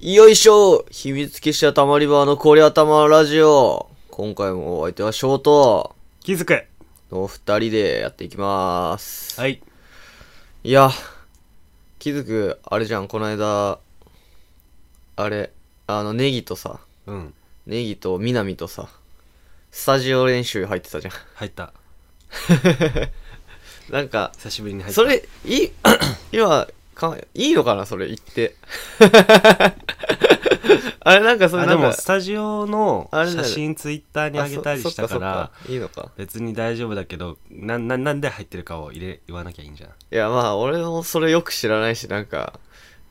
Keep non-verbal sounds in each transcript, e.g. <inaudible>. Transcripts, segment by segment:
よいしょ秘密結社たまり場のこりゃたまラジオ今回もお相手はショート気づく。の二人でやっていきます。はい。いや、気づく、あれじゃん、この間、あれ、あの、ネギとさ、うん。ネギとミナミとさ、スタジオ練習入ってたじゃ入った。ん。なんか、久しぶりに入った。それ、い <clears throat> い、今、かいいのかなそれ言って。 <laughs> あれ、なんかそれあなでんか、も、スタジオのあれだよ写真ツイッターにああげたりそしたかそっら、そっかいいのか。別に大丈夫だけど、な、な、なんで入ってるかを入れ、言わなきゃいいんじゃん。いや、まあ、俺もそれよく知らないし、なんか、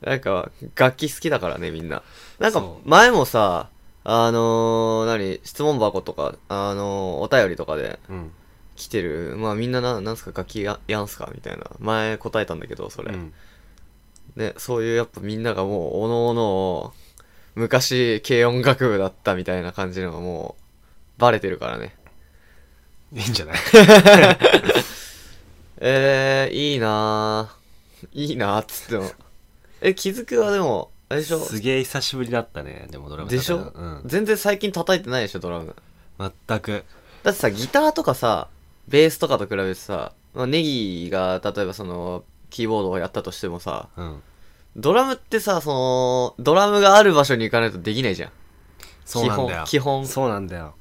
なんか、楽器好きだからね、みんな。なんかそ、う前もさ、あのー、何、質問箱とか、あのー、お便りとかでうん。来てる、まあ、みんなな、なんすか、楽器ややんすかみたいな。前答えたんだけど、それ。うん。ね、そういうやっぱみんながもう、おのおの、昔、軽音楽部だったみたいな感じのがもう、バレてるからね。いいんじゃないえー、いいなぁ。いいなぁ、つっても。え、気づくはでも、あれでしょすげえ久しぶりだったね。でもドラムでしょ叩いたのうん。全然最近叩いてないでしょ、ドラム。全く。だってさ、ギターとかさ、ベースとかと比べてさ、まあ、ネギが、例えばその、キーボードをやったとしてもさ、うん。ドラムってさ、その、ドラムがある場所に行かないとできないじゃん。そうなんだよ。基本基本そうなんだよ。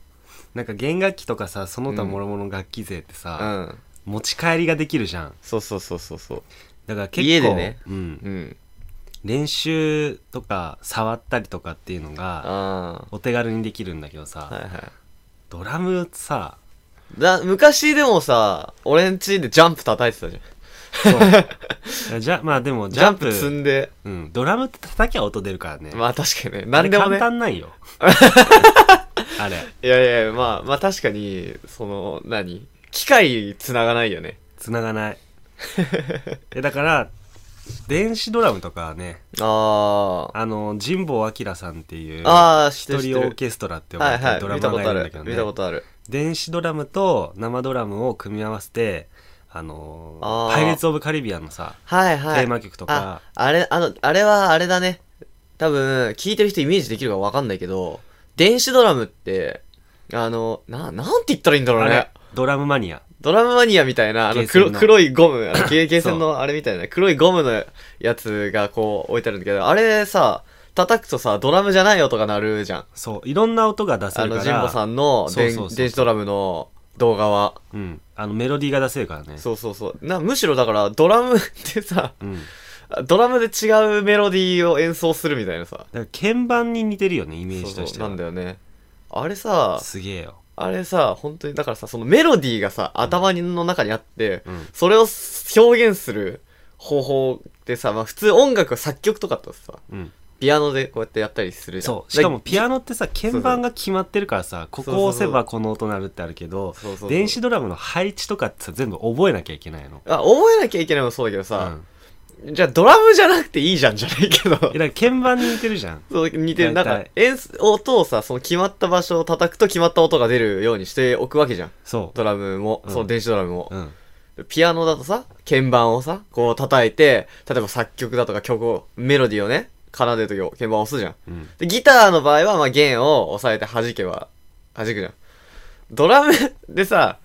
なんか弦楽器とかさ、その他諸々の楽器勢ってうさ、ん。持ち帰りができるじゃん。そうそうそうそうそう。だから結構、家でねうん。うん。練習とか触ったりとかっていうのがあお手軽にできるんだけどさ、あ。はいはい。ドラムさだ、昔でもさ、俺んちでジャンプ叩いてたじゃん。そうじゃまあでもジジャャンンププ積んで。うん、ドラムって叩きゃ音出るからね、まあ確かにね。あ何れでもね簡。単な <laughs> んよあれいやいや、まあ、まあ確かに、その、何機械繋がないよね。繋がないえだから電子ドラムとかはねああ。あの神保明さんっていうああ、知って一る知って人るオーケストラって呼ばはれいてはるい。ドラ見マたこーとがあいるるんだけ。どね、見たことある。電子ドラムと生ドラムを組み合わせてあのあーパイレーツ・オブ・カリビアンのさはいはい。テーマ曲とかあ、あれ、あの、あれはあれだね。多分、聞いてる人イメージできるかわかんないけど、電子ドラムって、あの、な、なんて言ったらいいんだろうあねれ。ドラムマニアドラムマニアみたいな、あのゲーセン黒、の黒いゴム、あ <laughs> のゲーゲーセンそのあれみたいな、黒いゴムのやつがこう置いてあるんだけど、あれさ、叩くとさ、ドラムじゃない音が鳴るじゃん。そういろんな音が出せあるかの、らジンボさんのそう電そうそう電子ドラムの動画は。うん、あのメロディーが出せるからねそうそうそう。な、むしろだから、ドラムってさ、 <laughs> う、ん、だドラムで違うメロディーを演奏するみたいなさ。から鍵盤に似てるよねイメージとそうしてそうはなんだよね。あれさ、すげえよ、あれさ、本当に、だからさ、そのメロディーがさ、頭の中にあって、うん、それを表現する方法ってさ、まあ普通音楽、作曲とかってさ、うん、ピアノでこうやってやったりするじゃんそうしかもピアノ、ノってさ鍵盤が決まってるからさここを押せばこの音鳴るってあるけどそうそうそう電子ドラムの配置とかってさ全部覚えなきゃいけないのあ、覚えなきゃいけないのもそうだけどうさ、んじゃあドラムじゃなくていいじゃんじゃないけど。えだから鍵盤に似てるじゃんそう似てる。なん大体か、演奏音をさ、その決まった場所を叩くと決まった音が出るようにしておくわけじゃん。そドラムも、うんその電子ドラムもう、。うん、ピアノだとさ、鍵盤をさ、こう叩いて、例えば作曲だとか曲を、メロディーをね、奏でるときを鍵盤を押すじゃん。うん、で、ギターの場合は、まあ、弦を押さえて弾けば、弾くじゃん。ドラム <laughs> でさ、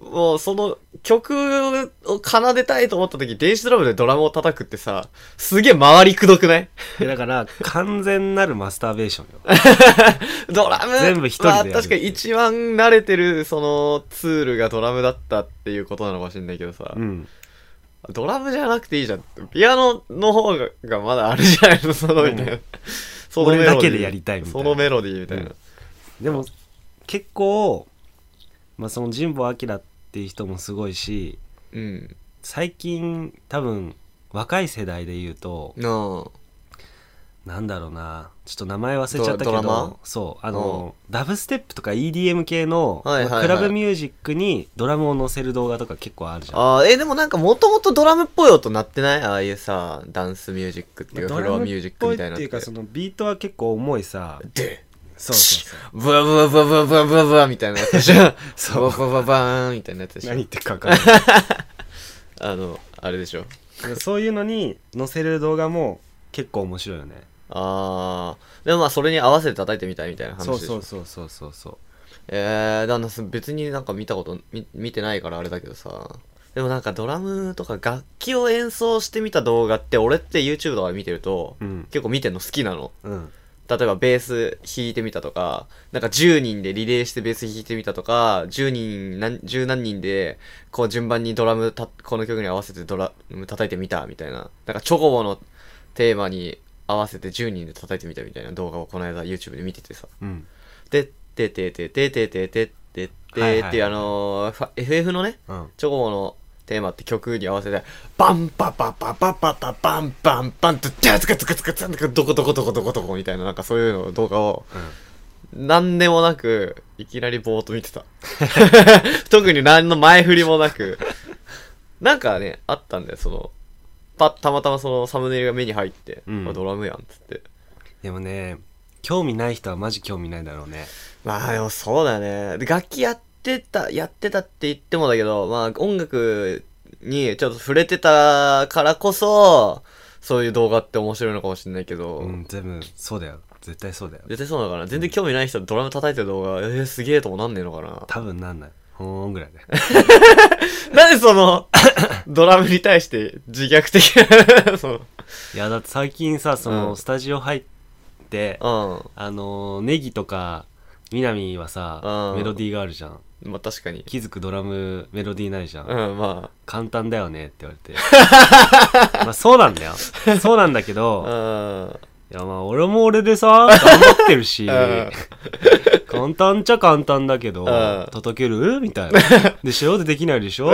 もうその曲を奏でたいと思った時、電子ドラムでドラムを叩くってさ、すげえ回りくどくないえだから完全なるマスターベーションよドラム全部一人でやるまあ確かに一番慣れてる、そのツールがドラムだったっていうことなのかもしれないけどさ、うん、ドラムじゃなくていいじゃん。ピアノの方ががまだあるじゃないの、そのみたいな。 <laughs> そのメロディー俺だけでやりたいみたいなそのメロディーみたいな。うんでも結構、まあ、その神保明っていう人もすごいしうん。最近多分若い世代で言うとなあ。なんだろうなちょっと名前忘れちゃったけドドラマどそうあのダブステップとか EDM 系の、はいはいはいまあクラブミュージックにドラムを載せる動画とか結構あるじゃん。ああ、えー、でもなんかもともとドラムっぽい音鳴ってないああいうさ、ダンスミュージックっていうか、ドフラロアムミュージックみたいなっぽいっていうかそその、のビートは結構重いさで、そうそうそうブワブワブワブワブワブワブワみたいなやつでしょそブワうブワブワバーンみたいなやつでし何ょ言ってるか分かんないあの、あれでしょ <laughs> そういうのに載せる動画も結構面白いよねあー。でもまあ、それに合わせて叩いてみたいみたいな話でしそょ。うそうそうそうそうそうえー、だからな別になんか見たこと見、見てないからあれだけどさ。でもなんかドラムとか楽器を演奏してみた動画って俺って YouTube とかで見てると、うん結構見てんの好きなの。うん例えばベース弾いてみたとか、なんか10人でリレーしてベース弾いてみたとか、10人、何十何人で、こう順番にドラムた、この曲に合わせてドラム叩いてみたみたいな。なんかチョコボのテーマに合わせて10人で叩いてみたみたいな動画をこの間 YouTube で見ててさ。うんで、てててててててててっていうあのー、FF のね、うんチョコボのテーマって曲に合わせて、バンパパパパパパバンバンバンと、ジャズカツカツカツカどこどこどこどこどこみたいな、なんかそういうの動画を、何でもなく、いきなりぼーっと見てた。 <laughs> 特に何の前振りもなく、なんかね、あったんだよ、その、パッ、たまたまそのサムネイルが目に入って、うんあドラムやん、つって。でもね興味ない人はマジ興味ないだろうねまあでもそうだね。で楽器やってた、やってたって言ってもだけど、まあ音楽にちょっと触れてたからこそ、そういう動画って面白いのかもしれないけど、うん全部そうだよ絶対そうだよ絶対そうなのかな。全然興味ない人ドラム叩いてる動画、えー、すげえともなんねえのかな。多分なんないほーんぐらい <laughs> でなんでそ <laughs> の、ドラムに対して自虐的 <laughs> な、そいやだって最近さそうのんスタジオ入って、の、あのーネギとか南はさうんメロディーがあるじゃんうん。まあ確かに。気づくドラムメロディーないじゃん、うん、ま簡単だよねって言われ <laughs> てまあそうなんだよそうなんだけど、あ、うん。いやまあ俺も俺でさ頑張ってるし、ん簡単っちゃ簡単だけど、ん叩ける <laughs> みたいな。でしょでできないでしょ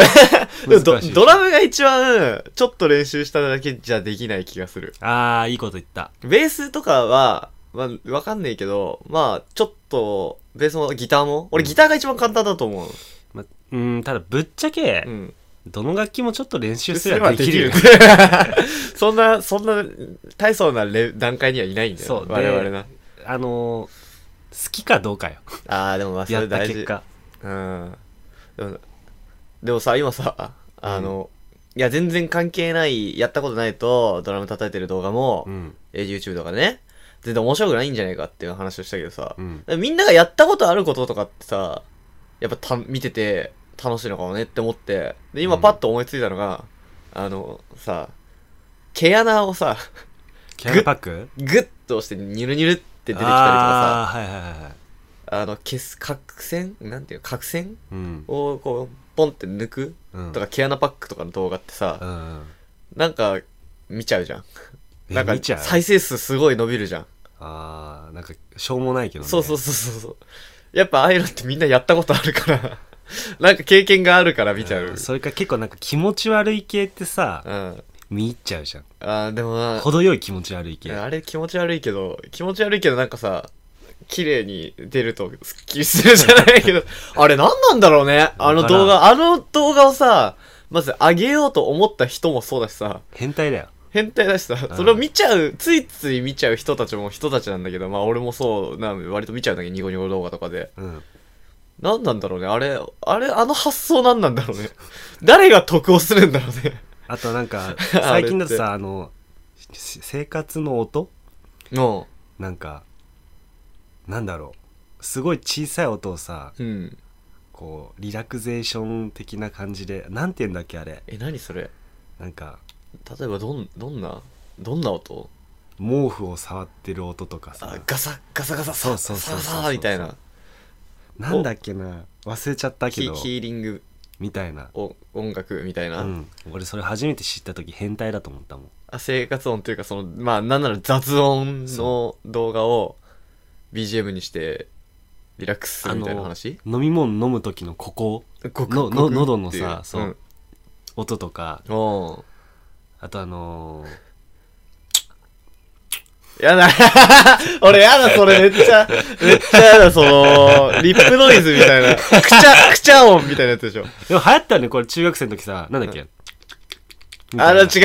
でもド難しい。ドラムが一番、ちょっと練習しただけじゃできない気がする。ああ、いいこと言った。ベースとかは、まあ、わかんないけど、まあ、ちょっと、ベースもギターも、俺ギターが一番簡単だと思う。ま、うん、ただぶっちゃけ、うん。どの楽器もちょっと練習すればできるよ。すればできる <laughs> そんな、そんな、大層なレ段階にはいないんだよ。そうで我々な。 <laughs> あのー好きかどうかよ。ああ、でも <laughs> まあ、そやれった大事結。果。うん。でも、でもさ、今さ、あの、いや、全然関係ない、やったことないと、ドラム叩いてる動画も、うん、え YouTube とかね、全然面白くないんじゃないかっていう話をしたけどさ、うん。みんながやったことあることとかってさ、やっぱた見てて楽しいのかもねって思って、で、今うんパッと思いついたのが、あの、さ、毛穴をさ、キャラパックグッと押してニュルニュルって出てきたりとかさ、ああー、はいはいはい。あの、消す、角栓なんていうの角栓うん。をこう、ポンって抜くうん。とか、毛穴パックとかの動画ってうさ、んうん。なんか、見ちゃうじゃん。えなんか見ちゃ、う再生数すごい伸びるじゃん。ああ、なんか、しょうもないけどね。そうそうそうそうそう。やっぱああいうのってみんなやったことあるから、 <laughs> なんか経験があるから見ちゃう。んそれか結構なんか気持ち悪い系ってさう、ん。見入っちゃうじゃん。あーでもな程よい気持ち悪い系。あれ気持ち悪いけど、気持ち悪いけどなんかさ、綺麗に出るとスッキリするじゃない <laughs> けど、あれ何なんだろうねあの動画、あの動画をさ、まず上げようと思った人もそうだしさ、変態だよ。変態だしさ、んそれを見ちゃう、ついつい見ちゃう人たちも人たちなんだけど、まあ俺もそうな、割と見ちゃうんだけど、ニコニコ動画とかで。うん。何なんだろうねあれ、あれ、あの発想何なんだろうね <laughs> 誰が得をするんだろうねあとな <laughs> んか、て最近だとさ、あの、し生活の音もなんか、なんだろう。すごい小さい音をさ、う。うん。こう、リラクゼーション的な感じで、なんて言うんだっけあれ。え、何それなんか、例えばどん、どんな、どんな音毛布を触ってる音とかあさ、、ガサ、ガサガサ、そうそうそうそうサササみたいな。なんだっけな、忘れちゃったけヒど、ヒーリングみたいな。お音楽みたいうな、ん。俺それ初めて知った時変態だと思ったもん。あ。生活音というか、その、まあ、なんなら雑音のそ動画を BGM にして、リラックスするみたいな話飲み物飲む時のここごくごのくっていう喉のさそう。音とかうんおあとあのーうやだ <laughs> 俺やだ、それめっちゃ、めっちゃやだ、その、リップノイズみたいな、くちゃ、くちゃ音みたいなやつでしょ。でも流行ったよね、これ中学生の時さ、なんだっけ、みたあいの、<laughs> な違う、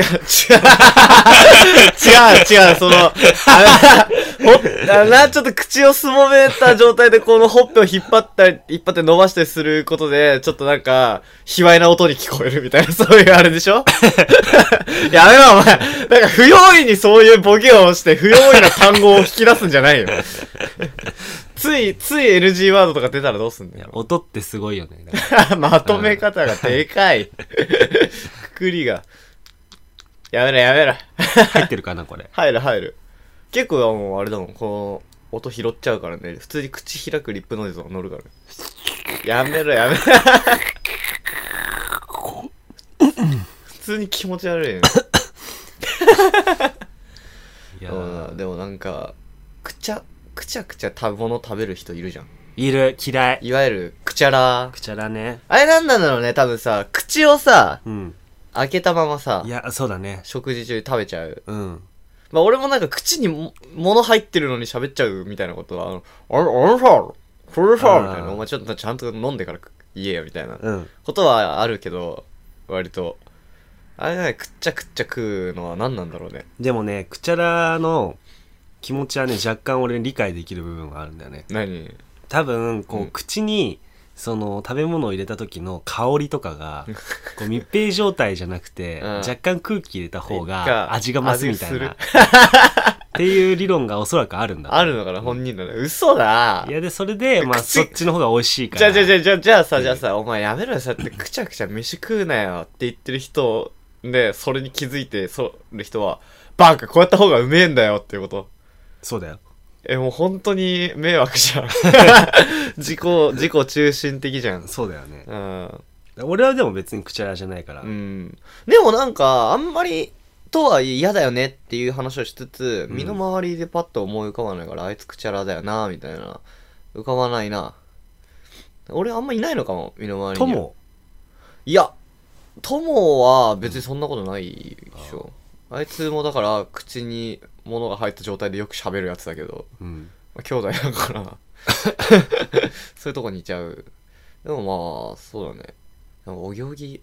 違う、違う、違う、その、あほあな、ちょっと口をすぼめた状態でこのほっぺを引っ張ったり、引っ張って伸ばしてすることで、ちょっとなんか、卑猥な音に聞こえるみたいな、 <laughs> そういうあれでしょやめろ、お前。なんか不用意にそういうボケをして、不用意な単語を引き出すんじゃないよ。つい、つい NG ワードとか出たらどうすんだよ。音ってすごいよね。だか <laughs> らまとめ方がでかい。くくりが。やめろやめろ。入ってるかな、こ <laughs> れ。入る入る。結構もうあれだもん、この音拾っちゃうからね。普通に口開くリップノイズが乗るからね。やめろやめろ。普通に気持ち悪いね。いやーうんでもなんか、くちゃ、くちゃくちゃ食べ物食べる人いるじゃん。いる、嫌い。いわゆる、くちゃらくちゃらね。あれなんなんだろうね、多分さ、口をさ、うん。開けたままさい、や、そうだね。食事中に食べちゃう。うん。まあ俺もなんか口にも物入ってるのに喋っちゃうみたいなことは、あの、あれ、あれさ、これあさ、ーみたいな、お前ちょっとちゃんと飲んでから言えよみたいなうん。ことはあるけど、割と。あれね、くっちゃくっちゃ食うのは何なんだろうね。でもね、くちゃらの気持ちはね、若干俺理解できる部分があるんだよね。何多分、こう、うん口に、その食べ物を入れた時の香りとか <laughs> がこう密閉状態じゃなくて、うん若干空気入れた方いいかが味が増すみたい味なが <laughs> っていう理論がおそらくあるんだあるのかな、本人のね。嘘だいやでそれでまあ口そっちの方が美味しいからじゃあじゃあじゃゃあじゃあじゃあさ、じゃあさ、お前やめろよ、そうやってくちゃくちゃ飯食うなよって言ってる人で、それに気づいて、そる人は、バカ、こうやった方がうめえんだよっていうこと。そうだよえ、もう本当に迷惑じゃん。 <laughs> 自己、自己中心的じゃん。そうだよねうん。俺はでも別にくちゃらじゃないから、うん。でもなんか、あんまり、とはいえ嫌だよねっていう話をしつつ、うん身の回りでパッと思い浮かばないから、あいつくちゃらだよな、みたいな。浮かばないな。俺あんまいないのかも、身の回りとに。もいや、友は別にそんなことないでしょ。あいつもだから、口に物が入った状態でよく喋るやつだけど。うんまあ、兄弟だから <laughs> そういうとこにいちゃうでもまあそうだねでもお行儀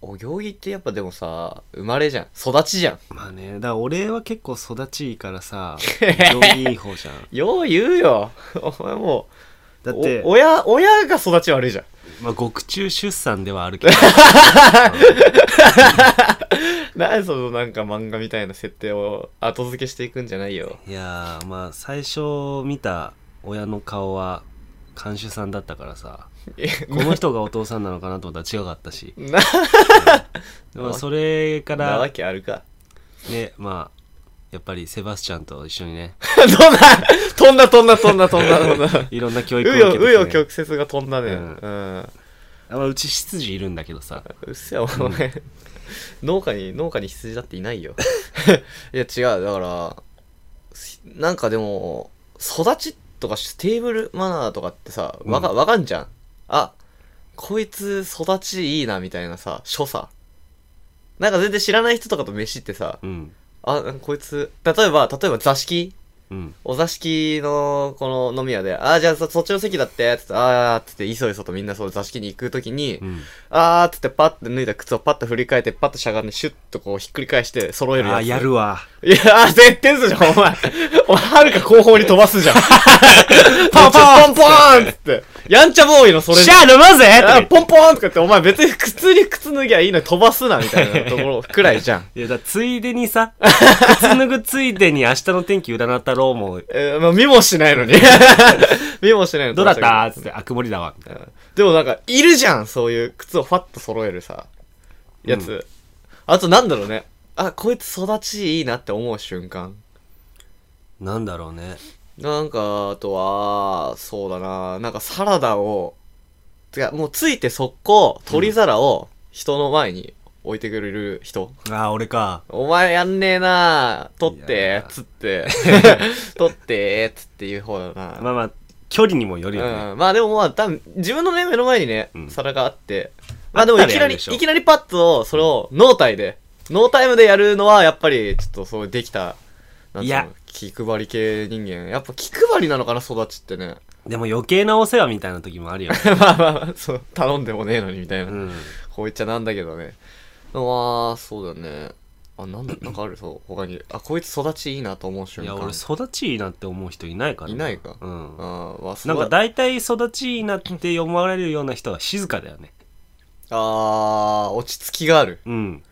お行儀ってやっぱでもさ生まれじゃん育ちじゃんまあねだから俺は結構育ちいいか <laughs> らさへ行儀いい方じゃんよう言うよ <laughs> お前もうだってお親親が育ち悪いじゃん <laughs> まあ獄中出産ではあるけど何そのなんか漫画みたいな設定を後付けしていくんじゃないよいやーまあ最初見た親の顔は看守さんだったか <laughs> らさえ <laughs> この人がお父さんなのかなと思ったら違かったしなでもそれかなわらけある <laughs> かねまあやっぱりセバスチャンと一緒にねどんな <laughs> 飛んだ飛んだ飛んだ飛んだ飛んだ <laughs> いろんな教う育をよ受けうよて、ね、曲折が飛んだねうんうんあまあうち執事いるんだけどさうっせえお前、農家に農家に羊だっていない <laughs> よいや違うだからしなんかでも育ちとかしテーブルマナーとかってさわか,、うわかんじゃんあこいつ育ちいいなみたいなさ所作なんか全然知らない人とかと飯ってさうんあこいつ例えば例えば座敷うんお座敷の、この飲み屋で、ああ、じゃあそそっちの席だって、つって、ああ、つって、いそいそとみんなそう座敷に行くときに、うんあーっつってパッて脱いだ靴をパッと振り返ってパッとしゃがんでシュッとこうひっくり返して揃えるやつ。あーやるわいやー、絶対すじゃん、お前。お前、はるか後方に飛ば <laughs> すじゃん。ポンポンポンポンっつって。やんちゃボーイのそれじゃあ飲もうぜあポンポンとかって、お前別に普通に靴脱ぎゃいいのに飛ばすな、みたいなところくらいじ <laughs> ゃん。いや、だからついでにさ、靴脱ぐついでに明日の天気占ったろうもう、えー、まあ見もしないの <laughs> に。見もしないのにどうだった <laughs> ーっつって、あ、曇りだわ、みたいな。でもなんか、いるじゃん、そういう靴をファッと揃えるさ、やつ。うあとなんだろうね。あ、こいつ育ちいいなって思う瞬間。なんだろうね。なんか、あとは、そうだな、なんかサラダを、てか、もうついて速攻、取り皿を人の前に置いてくれる人。あー、俺か。お前やんねえな取っいやて、つ <laughs> って、取って、つっていう方だな。まあまあ、距離にもよるよね。うん、まあでもまあ多分自分のね目の前にね、うん皿があってまあでもいきなりあったらやるでいしょきなりパッとそれをノータイでノータイムでやるのはやっぱりちょっとそうできたなんつうのいや気配り系人間やっぱ気配りなのかな育ちってね <laughs> でも余計なお世話みたいな時もあるよね。まあまあまあそう頼んでもねえのにみたいな、うん。こう言っちゃなんだけどねでもまあそうだねあ、なんだ、なんかあるそう、他に。あ、こいつ育ちいいなと思う瞬い間。や俺育ちいいなって思う人いないからいないかうんあー、まあ、なんかだ、大体育ちいいなって思われるような人は静かだよねあー、落ち着きがある。うん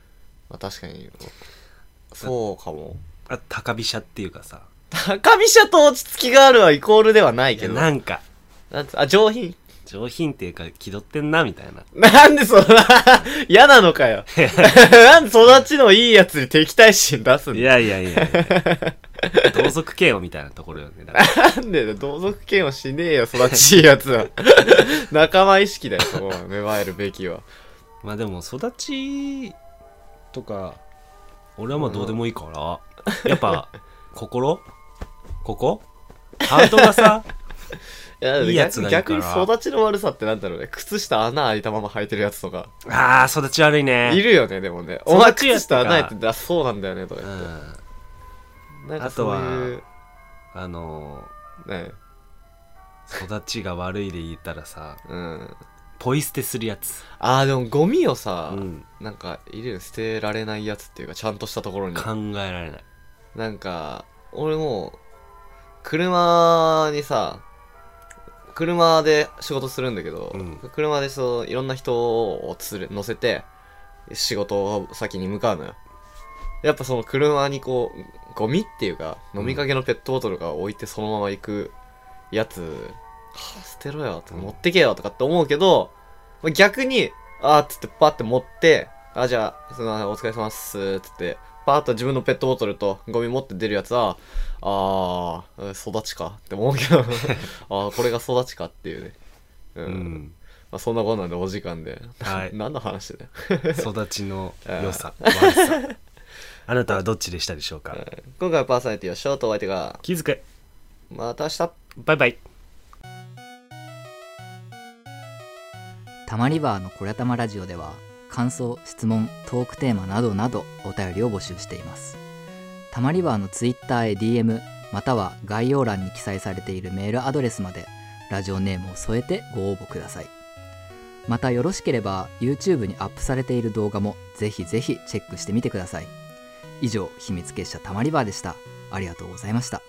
まあ、確かに。そうかも。あ高飛車っていうかさ高飛車と落ち着きがあるはイコールではないいけやど。なんかなんつあ、上品。 <laughs> 上品っていうか気取ってんなみたいななんでそんな、 <laughs> 嫌なのかよ。 <laughs> なんで育ちのいいやつに敵対心出すんいだやいやいやいや <laughs> 同族嫌悪みたいなところよねだ <laughs> かならんでだよ同族嫌悪しねえよ、育ちいいやつは。 <laughs> 仲間意識だよ、そこは芽生えるべきは。まあでも育ちとか俺はまあどうでもいいから、やっぱ <laughs> 心ここハートがさいやいいやつがいる逆からに育ちの悪さってなんだろうね。靴下穴開いたまま履いてるやつとか。 <laughs> あー育ち悪いねいるよね、でもね。育ちお前や靴つと下か穴開いてて、あ、そうなんだよね、とかう言って。んなんかそういう、あのね、ー育ちが悪いで言ったらさうん。ポイ捨てするやつ、あー、でもゴミをさ、うん、なんか、いるよね捨てられないやつっていうか、ちゃんとしたところに。考えられないなんか、俺もう、車にさ、車で仕事するんだけど、うん車でそう、いろんな人を連れ、乗せて、仕事先に向かうのよ。やっぱその車にこう、ゴミっていうか、うん飲みかけのペットボトルが置いてそのまま行くやつ、はあ捨てろよ、とか持ってけよとかって思うけど、まあ逆に、あーっつってパッて持って、あ、じゃあ、その、お疲れ様っす、つって、パーッと自分のペットボトルとゴミ持って出るやつは、あー、うん育ちかって思うけ <laughs> ど、あー、これが育ちかっていうね。う。うんんまあ、そんなことなんでお時間で。はい <laughs> 何の話だよ。育ちの良さ悪さあなたはどっちでしたでしょうか今回はパーソナリティはショートお相手が、気遣いまた明日バイバイたまリバーのこりゃたまラジオでは感想質問トークテーマなどなどお便りを募集していますたまリバーのツイッターへ DM または概要欄に記載されているメールアドレスまでラジオネームを添えてご応募くださいまたよろしければ YouTube にアップされている動画もぜひぜひチェックしてみてください以上秘密結社たまリバーでしたありがとうございました